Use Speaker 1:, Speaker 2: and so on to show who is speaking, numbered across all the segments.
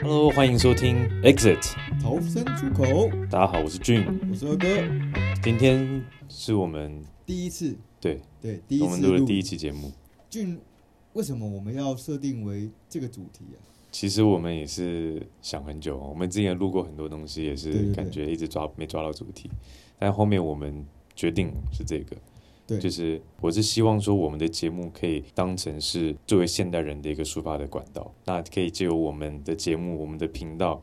Speaker 1: Hello，欢迎收听 Exit。
Speaker 2: 逃生出口，
Speaker 1: 大家好，我是俊。
Speaker 2: 我是二哥，
Speaker 1: 今天是我们
Speaker 2: 第一次，
Speaker 1: 对
Speaker 2: 对，第一
Speaker 1: 我
Speaker 2: 次
Speaker 1: 们
Speaker 2: 录
Speaker 1: 录的第一期节目。
Speaker 2: 俊，为什么我们要设定为这个主题啊？
Speaker 1: 其实我们也是想很久，我们之前录过很多东西，也
Speaker 2: 对对
Speaker 1: 是
Speaker 2: 对
Speaker 1: 感觉一直抓没抓到主题。但后面我们决定是这个，
Speaker 2: 对
Speaker 1: 就是我是希望说我们的节目可以当成是作为现代人的一个抒发的管道，那可以借由我们的节目、我们的频道，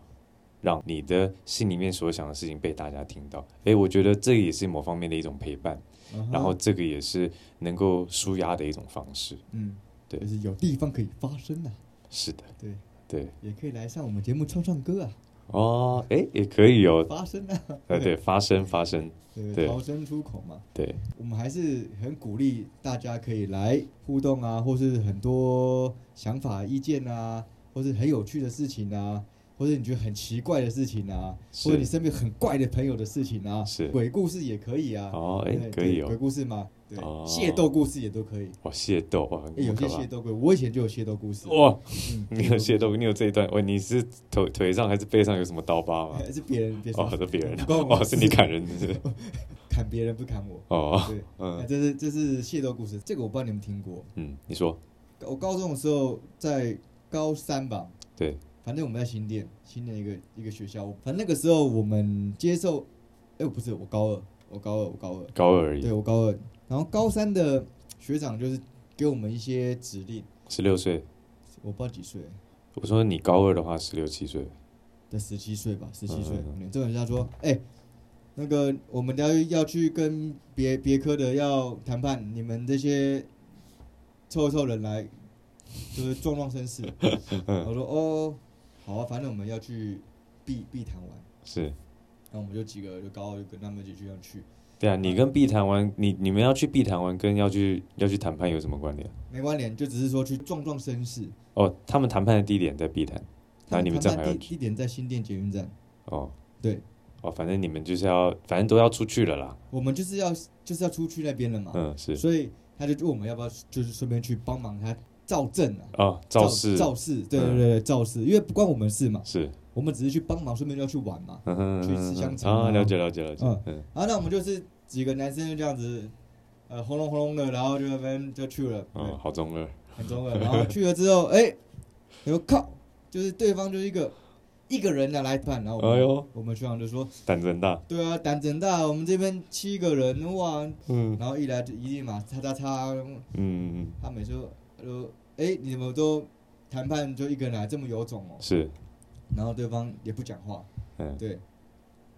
Speaker 1: 让你的心里面所想的事情被大家听到。诶，我觉得这也是某方面的一种陪伴。
Speaker 2: 啊哈
Speaker 1: 然后，这个也是能够舒压的一种方式。
Speaker 2: 嗯，
Speaker 1: 对
Speaker 2: 就是有地方可以发声啊，
Speaker 1: 是的，
Speaker 2: 对，
Speaker 1: 对，
Speaker 2: 也可以来上我们节目唱唱歌啊，
Speaker 1: 哦，哎，也可以哦，
Speaker 2: 发声啊，
Speaker 1: 呃，对，发声发声，
Speaker 2: 对
Speaker 1: 对
Speaker 2: 逃生出口嘛，
Speaker 1: 对，
Speaker 2: 我们还是很鼓励大家可以来互动啊，或是很多想法、意见啊，或是很有趣的事情啊，或者你觉得很奇怪的事情啊，
Speaker 1: 是
Speaker 2: 或者你身边很怪的朋友的事情啊，
Speaker 1: 是
Speaker 2: 鬼故事也可以啊。
Speaker 1: 哦，哎
Speaker 2: 对，
Speaker 1: 可以
Speaker 2: 对鬼
Speaker 1: 哦，
Speaker 2: 故事吗？对，
Speaker 1: 哦
Speaker 2: 械斗故事也都可以。
Speaker 1: 哇，械斗哇，很
Speaker 2: 哎，有些
Speaker 1: 可
Speaker 2: 械
Speaker 1: 怕。
Speaker 2: 斗鬼，我以前就有械斗故事。
Speaker 1: 哇，
Speaker 2: 嗯，
Speaker 1: 你有械斗，你有这一段，喂，你是腿腿上还是背上有什么刀疤 吗？
Speaker 2: 哎，是别人，别
Speaker 1: 哦，是别人的，
Speaker 2: 不关我
Speaker 1: 哦，
Speaker 2: 的
Speaker 1: 是
Speaker 2: 事
Speaker 1: 你砍人的， 是
Speaker 2: 砍别人不砍我。
Speaker 1: 哦，
Speaker 2: 对，哎
Speaker 1: 嗯
Speaker 2: 这是这是械斗故事，这个我不知道你们听过。
Speaker 1: 嗯，你说，
Speaker 2: 我高中的时候在高三吧，
Speaker 1: 对，
Speaker 2: 反正我们在新店，新店一个一个学校，反正那个时候我们接受，哎、不是我高二，我高二，我高二，
Speaker 1: 高二而已，
Speaker 2: 对我高二，然后高三的学长就是给我们一些指令，
Speaker 1: 十六岁，
Speaker 2: 我不知道几岁，
Speaker 1: 我说你高二的话，十六七岁，
Speaker 2: 在十七岁吧，十七岁
Speaker 1: 嗯嗯，
Speaker 2: 这种人家说，哎、那个我们要要去跟别别科的要谈判，你们这些臭臭人来，就是壮壮声 势。我说哦，好啊，反正我们要去避避谈完，
Speaker 1: 是，
Speaker 2: 然后我们就几个就高二就跟他们一起去这样去，
Speaker 1: 对啊，你跟碧潭湾，你你们要去碧潭湾，跟要去要去谈判有什么关联？
Speaker 2: 没关联，就只是说去壮壮声势。
Speaker 1: 哦，他们谈判的地点在碧潭那你们
Speaker 2: 他
Speaker 1: 这样还
Speaker 2: 谈判
Speaker 1: 要
Speaker 2: 地地点在新店捷运站，
Speaker 1: 哦
Speaker 2: 对
Speaker 1: 哦，反正你们就是要，反正都要出去了啦。
Speaker 2: 我们就是要就是要出去那边了嘛，
Speaker 1: 嗯，是
Speaker 2: 所以他就问我们要不要就是顺便去帮忙他造阵啊。
Speaker 1: 哦，肇事
Speaker 2: 造势，对对
Speaker 1: 嗯
Speaker 2: 对对，造势，因为不关我们事嘛，
Speaker 1: 是，
Speaker 2: 我们只是去帮忙，顺便就要去玩嘛。
Speaker 1: 嗯哼
Speaker 2: 去吃香肠
Speaker 1: 啊，
Speaker 2: 啊
Speaker 1: 了解了解了解，嗯
Speaker 2: 然后那我们就是几个男生就这样子，呃，轰隆轰隆的，然后就那边就去了，对，
Speaker 1: 哦，好中二，
Speaker 2: 很中二。然后去了之后，哎，然后靠，就是对方就是一个一个人的来办，然后我
Speaker 1: 哎
Speaker 2: 们、
Speaker 1: 呦，
Speaker 2: 我们学长就说，
Speaker 1: 胆子很大，
Speaker 2: 对啊，胆子很大，我们这边七个人哇，
Speaker 1: 嗯
Speaker 2: 然后一来就一定嘛，叉叉叉，
Speaker 1: 嗯，
Speaker 2: 他每次说，哎，你们都谈判就一个人来，这么有种哦，
Speaker 1: 是，
Speaker 2: 然后对方也不讲话。
Speaker 1: 嗯
Speaker 2: 对，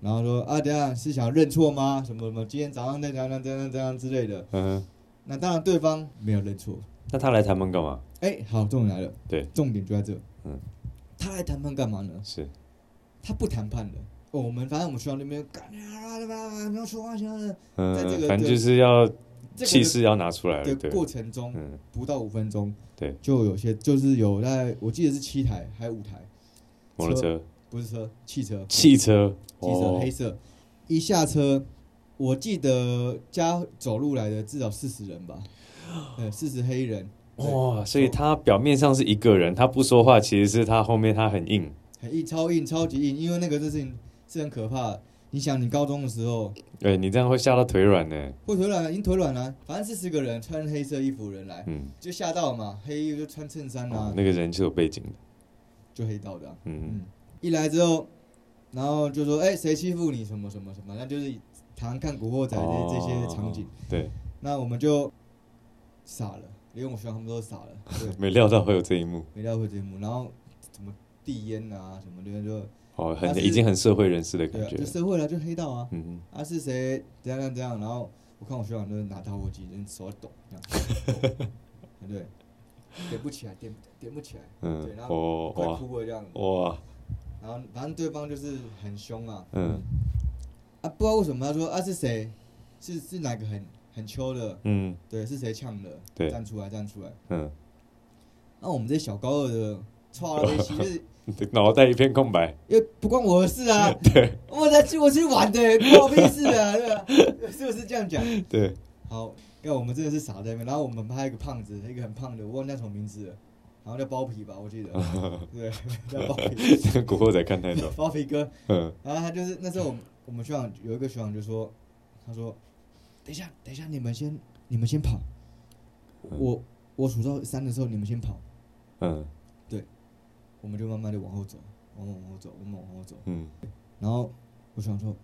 Speaker 2: 然后说啊，等一下是想认错吗？什么什么，今天早上那怎样怎样怎样之类的。
Speaker 1: 嗯哼，
Speaker 2: 那当然，对方没有认错。
Speaker 1: 那他来谈判干嘛？
Speaker 2: 哎，好，重点来了，
Speaker 1: 对
Speaker 2: 重点就在这。
Speaker 1: 嗯，
Speaker 2: 他来谈判干嘛呢？
Speaker 1: 是，
Speaker 2: 他不谈判的。哦，我们反正我们学校那边干啊，不要说话，现在
Speaker 1: 嗯
Speaker 2: 在这个，
Speaker 1: 反正就是要
Speaker 2: 这
Speaker 1: 气
Speaker 2: 个
Speaker 1: 势要拿出来了，
Speaker 2: 的
Speaker 1: 对
Speaker 2: 的，过程中
Speaker 1: 嗯，
Speaker 2: 不到五分钟，
Speaker 1: 对，
Speaker 2: 就有些就是有在，我记得是七台还有五台，
Speaker 1: 摩托车、
Speaker 2: 不是车，汽车，
Speaker 1: 汽车、
Speaker 2: 汽车
Speaker 1: 哦
Speaker 2: 黑色，一下车，我记得加走路来的至少四十 人吧，呃，四十黑人，
Speaker 1: 哇，所以他表面上是一个人，他不说话，其实是他后面他很硬，
Speaker 2: 很硬，超硬，超级硬，因为那个事情是很可怕的。你想，你高中的时候，
Speaker 1: 哎，你这样会吓到腿软呢，
Speaker 2: 会腿软了，已经腿软了，反正四十个人穿黑色衣服的人来，
Speaker 1: 嗯，
Speaker 2: 就吓到嘛，黑衣服就穿衬衫
Speaker 1: 哦
Speaker 2: 啊，
Speaker 1: 那个人是有背景的，
Speaker 2: 就黑道的啊、
Speaker 1: 嗯
Speaker 2: 嗯，一来之后，然后就说，哎、谁欺负你什么什么什么，那就是常看《古惑仔》
Speaker 1: 哦
Speaker 2: 这这些场景，
Speaker 1: 对，
Speaker 2: 那我们就傻了，连我学长他们都傻了，对。
Speaker 1: 没料到会有这一幕，
Speaker 2: 没料会节目，然后怎么递烟啊什么的，就
Speaker 1: 哦，很
Speaker 2: 他是
Speaker 1: 已经很社会人士的
Speaker 2: 对
Speaker 1: 感
Speaker 2: 啊，
Speaker 1: 觉
Speaker 2: 就，社会了，就黑道啊，
Speaker 1: 嗯，
Speaker 2: 啊是谁怎样怎样，然后我看我学长就是拿打火机，人手抖这样，对，点不起来，点点不起来，
Speaker 1: 嗯
Speaker 2: 对，然，后快
Speaker 1: 哦
Speaker 2: 哭了这样，
Speaker 1: 哇哇，
Speaker 2: 然后反正对方就是很凶啊，
Speaker 1: 嗯
Speaker 2: 啊不知道为什么他说啊是谁，是是哪个很很秋的，
Speaker 1: 嗯
Speaker 2: 对，是谁呛的，
Speaker 1: 对
Speaker 2: 站出来站出来，
Speaker 1: 嗯，
Speaker 2: 那我们这些小高二的，操了一起就是。
Speaker 1: 脑袋一片空白，
Speaker 2: 因为不关我的事啊。对，我在去我去玩的，关我屁事啊，对吧？ 是不是这样讲？
Speaker 1: 对，
Speaker 2: 好，因为我们真的是傻在那边。然后我们拍一个胖子，一个很胖的，我忘记叫什么名字了。好像叫包皮吧，我记得，对，叫包皮。
Speaker 1: 古惑仔看太多，
Speaker 2: 包皮哥，
Speaker 1: 嗯
Speaker 2: 然后他就是那时候我们我们学长有一个学长就说，他说，等一下，等一下，你们先你们先跑，我我数到三的时候你们先跑，
Speaker 1: 嗯
Speaker 2: 我们就慢慢的往后走，我们往后走，我们往后走，
Speaker 1: 嗯，
Speaker 2: 然后我想说，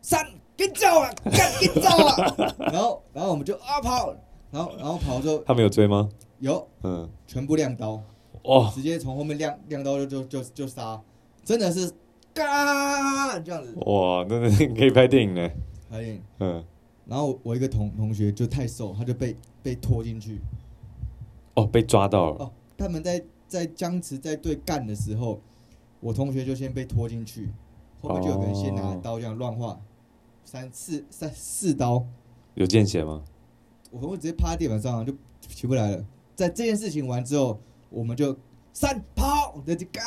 Speaker 2: 三跟照啊，干跟照啊，然后然后我们就啊跑，然后然后跑之后
Speaker 1: 他们有追吗？
Speaker 2: 有
Speaker 1: 嗯，
Speaker 2: 全部亮刀，
Speaker 1: 哦，
Speaker 2: 直接从后面亮亮刀就就就就杀，真的是干这样子，
Speaker 1: 哇，那 那可以拍电影呢，
Speaker 2: 还有点。
Speaker 1: 嗯，
Speaker 2: 然后我一个同同学就太瘦，他就被被拖进去。
Speaker 1: 哦，被抓到了，
Speaker 2: 哦，他们在在僵持在对干的时候，我同学就先被拖进去，后面就有个人先拿
Speaker 1: 哦
Speaker 2: 刀这样乱划，三四三四刀，
Speaker 1: 有见血吗？
Speaker 2: 我同学直接趴在地板上、就起不来了。在这件事情完之后，我们就三跑，那就干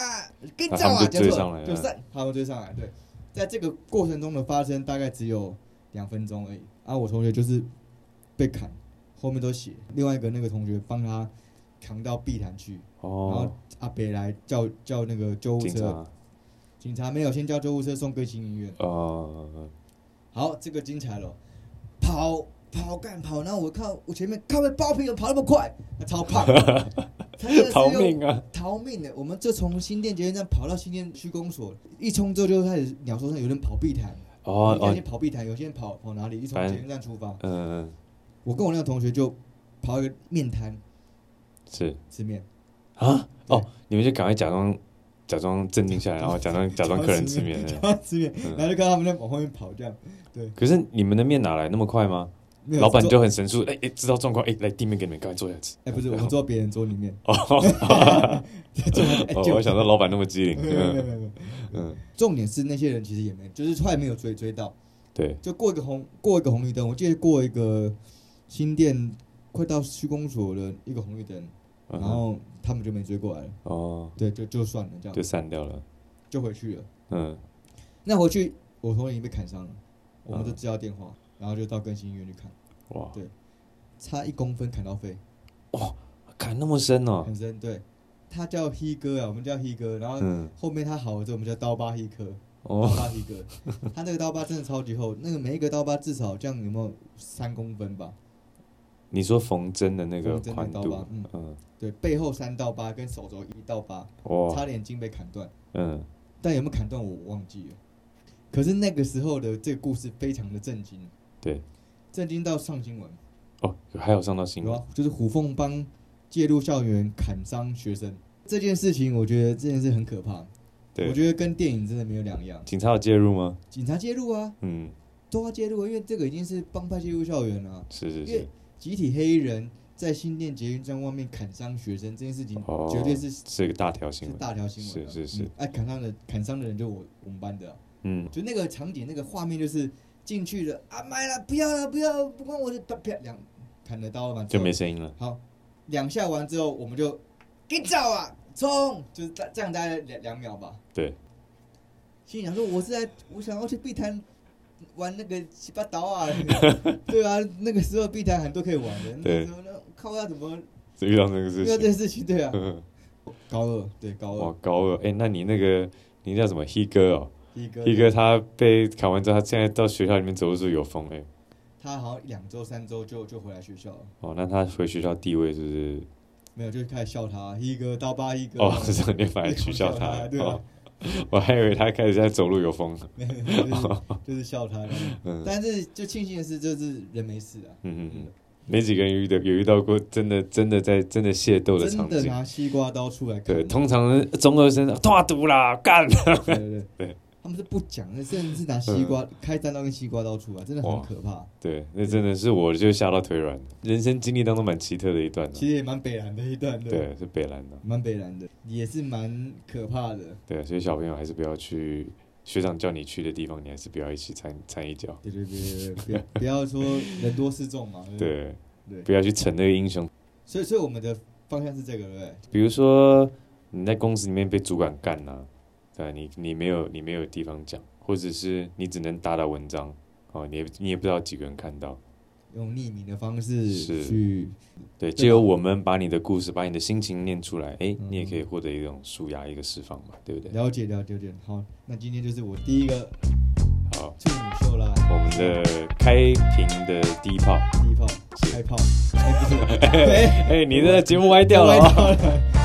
Speaker 2: 跟
Speaker 1: 啊
Speaker 2: 照
Speaker 1: 他们
Speaker 2: 啊，
Speaker 1: 就
Speaker 2: 叫
Speaker 1: 追
Speaker 2: 做
Speaker 1: 上来了
Speaker 2: 就三，他们追上来。对，在这个过程中的发生大概只有两分钟而已。啊，我同学就是被砍，后面都血。另外一个那个同学帮他扛到碧潭去，然后
Speaker 1: 哦，
Speaker 2: 阿北来叫叫那个救护
Speaker 1: 警
Speaker 2: 车，
Speaker 1: 察，
Speaker 2: 警察没有，先叫救护车送歌星医院。
Speaker 1: 哦，
Speaker 2: 好，这个精彩了，跑跑干跑，然后我靠，我前面靠被包皮，怎么跑那么快？他 超胖，他真的是
Speaker 1: 逃
Speaker 2: 用
Speaker 1: 命啊，
Speaker 2: 逃命的！我们就从新店捷运站跑到新店区公所，一冲之后就开始鸟兽散，有人跑碧潭，
Speaker 1: 哦
Speaker 2: 有些
Speaker 1: 哦，
Speaker 2: 跑碧潭，有些人跑跑哪里？一从
Speaker 1: 反正
Speaker 2: 捷运站出发，
Speaker 1: 嗯，
Speaker 2: 我跟我那个同学就跑一个面摊
Speaker 1: 是
Speaker 2: 吃面，
Speaker 1: 啊，哦，你们就赶快假装假装镇定下来，然后假装假装客人吃面，
Speaker 2: 假装吃面，
Speaker 1: 嗯
Speaker 2: 然后就看他们在往后面跑，这样
Speaker 1: 可是你们的面哪来那么快吗？
Speaker 2: 没有
Speaker 1: 老板
Speaker 2: 坐
Speaker 1: 就很神速，哎哎，知道状况，哎，来递面给你们，赶快坐下吃。
Speaker 2: 哎、不是，我们坐别人桌里面，
Speaker 1: 哦，
Speaker 2: 坐完哎
Speaker 1: 哦
Speaker 2: 就
Speaker 1: 我想到老板那么机灵，
Speaker 2: 没有没有没有
Speaker 1: 嗯
Speaker 2: 没有没有，
Speaker 1: 嗯，
Speaker 2: 重点是那些人其实也没，就是后来没有追追到，
Speaker 1: 对，
Speaker 2: 就过一个红过一个红绿灯，我记得过一个新店快到区公所的一个红绿灯，
Speaker 1: 嗯
Speaker 2: 然后他们就没追过来了，
Speaker 1: 哦，
Speaker 2: 对，就就算了这样，
Speaker 1: 就散掉了，
Speaker 2: 就回去了。
Speaker 1: 嗯，
Speaker 2: 那回去我同学已经被砍伤了，我们都接到电话，
Speaker 1: 嗯
Speaker 2: 然后就到更新医院去看，
Speaker 1: 哇，
Speaker 2: 对差一公分砍到
Speaker 1: 嗯
Speaker 2: 肺，
Speaker 1: 砍那么深哦，
Speaker 2: 很深，对，他叫 He 哥啊，我们叫 He 哥，然后
Speaker 1: 嗯，
Speaker 2: 后面他好了之后，我们叫刀疤 He 哥。刀
Speaker 1: 哦，
Speaker 2: 疤一 个，他那个刀疤真的超级厚，那个每一个刀疤至少这样有没有三公分吧？
Speaker 1: 你说缝针的那个宽
Speaker 2: 缝针的刀
Speaker 1: 度
Speaker 2: 疤嗯，
Speaker 1: 嗯，
Speaker 2: 对，背后三道疤跟手肘一道疤，
Speaker 1: 哇，
Speaker 2: 差点筋被砍断，
Speaker 1: 嗯，
Speaker 2: 但有没有砍断我忘记了。可是那个时候的这个故事非常的震惊，
Speaker 1: 对，
Speaker 2: 震惊到上新闻，
Speaker 1: 哦，还有上到新
Speaker 2: 有
Speaker 1: 闻，
Speaker 2: 啊，就是虎凤帮介入校园砍伤学生这件事情，我觉得这件事很可怕，我
Speaker 1: 对，
Speaker 2: 觉得跟电影真的没有两样，
Speaker 1: 警察有介入吗？
Speaker 2: 警察介入啊，
Speaker 1: 嗯，
Speaker 2: 都要介入啊，因为这个已经是帮派介入校园了啊、
Speaker 1: 是是
Speaker 2: 因为
Speaker 1: 是，
Speaker 2: 集体黑衣人在新店捷运站外面砍伤学生这件事情
Speaker 1: 哦，，
Speaker 2: 绝对是、是
Speaker 1: 是个大条新闻，
Speaker 2: 大条新闻啊。
Speaker 1: 是是是
Speaker 2: 嗯哎、砍伤的砍伤的人就我我们班的啊、
Speaker 1: 嗯，
Speaker 2: 就那个场景那个画面就是进去了啊，买了不要了不要，不关我的，啪啪两砍了刀了嘛，
Speaker 1: 就没声音了，
Speaker 2: 好两下完之后我们就给照啊，冲，就是这这样大概两两秒吧。
Speaker 1: 对，
Speaker 2: 心里想说，我是在我想要去碧潭玩那个七八刀 啊，对啊，那个时候碧潭很多可以玩的，那
Speaker 1: 对
Speaker 2: 时候那靠要怎么
Speaker 1: 这遇到这个
Speaker 2: 遇
Speaker 1: 事
Speaker 2: 到这
Speaker 1: 情，
Speaker 2: 件事情，对啊，
Speaker 1: 嗯
Speaker 2: 高二对高
Speaker 1: 哇
Speaker 2: 二，
Speaker 1: 高二，哎，那你那个你叫什么黑哥哦？
Speaker 2: 一哥
Speaker 1: 黑哥他被砍完之后，他现在到学校里面走路是有风哎，
Speaker 2: 他好像两周三周就就回来学校了，
Speaker 1: 哦，那他回学校地位是不是？
Speaker 2: 没有就开始笑他，一哥刀疤一哥，
Speaker 1: 哦， 是这样你反而取笑他
Speaker 2: 他，， 对啊
Speaker 1: 哦， 我还以为他开始在走路有风，
Speaker 2: 没有 就是就是笑他，
Speaker 1: 嗯
Speaker 2: 但是就庆幸的是，就是人没事啊，
Speaker 1: 嗯嗯嗯，没几个人遇到有遇到过真的真的在真的械斗的
Speaker 2: 真
Speaker 1: 场
Speaker 2: 的
Speaker 1: 景。
Speaker 2: 拿西瓜刀出来砍
Speaker 1: 对，，通常中二生大毒啦，干！
Speaker 2: 对对
Speaker 1: 对嗯
Speaker 2: 对，他们是不讲的，甚至拿西瓜、开战刀跟西瓜刀出来，真的很
Speaker 1: 哇
Speaker 2: 可怕。
Speaker 1: 对，那真的是我就吓到腿软。人生经历当中蛮奇特的一段、啊，
Speaker 2: 其实也蛮北蓝的一段，对，
Speaker 1: 对，是北兰的、啊
Speaker 2: 蛮北蓝的，也是蛮可怕的。
Speaker 1: 对，啊所以小朋友还是不要去学长叫你去的地方，你还是不要一起参参一脚。
Speaker 2: 对对对对对，不要不要说人多势众嘛。不
Speaker 1: 对，
Speaker 2: 嗯对，
Speaker 1: 不要去逞那个英雄。
Speaker 2: 所以所以我们的方向是这个，对不对？
Speaker 1: 比如说你在公司里面被主管干呐、对啊你你没有你没有地方讲，或者是你只能打打文章哦，你也你也不知道几个人看到，
Speaker 2: 用匿名的方式
Speaker 1: 是
Speaker 2: 去，
Speaker 1: 对，
Speaker 2: 吧
Speaker 1: 借由我们把你的故事、把你的心情念出来，哎，
Speaker 2: 嗯
Speaker 1: 你也可以获得一种舒压、一个释放嘛，对不对？
Speaker 2: 了解了解了解。好，那今天就是我第一个
Speaker 1: 好，
Speaker 2: 处女秀啦，
Speaker 1: 我们的开屏的第一炮，
Speaker 2: 第一炮
Speaker 1: 是
Speaker 2: 开炮，哎不是，哎
Speaker 1: 哎，你的节目歪掉了、
Speaker 2: 歪
Speaker 1: 哦，
Speaker 2: 掉了，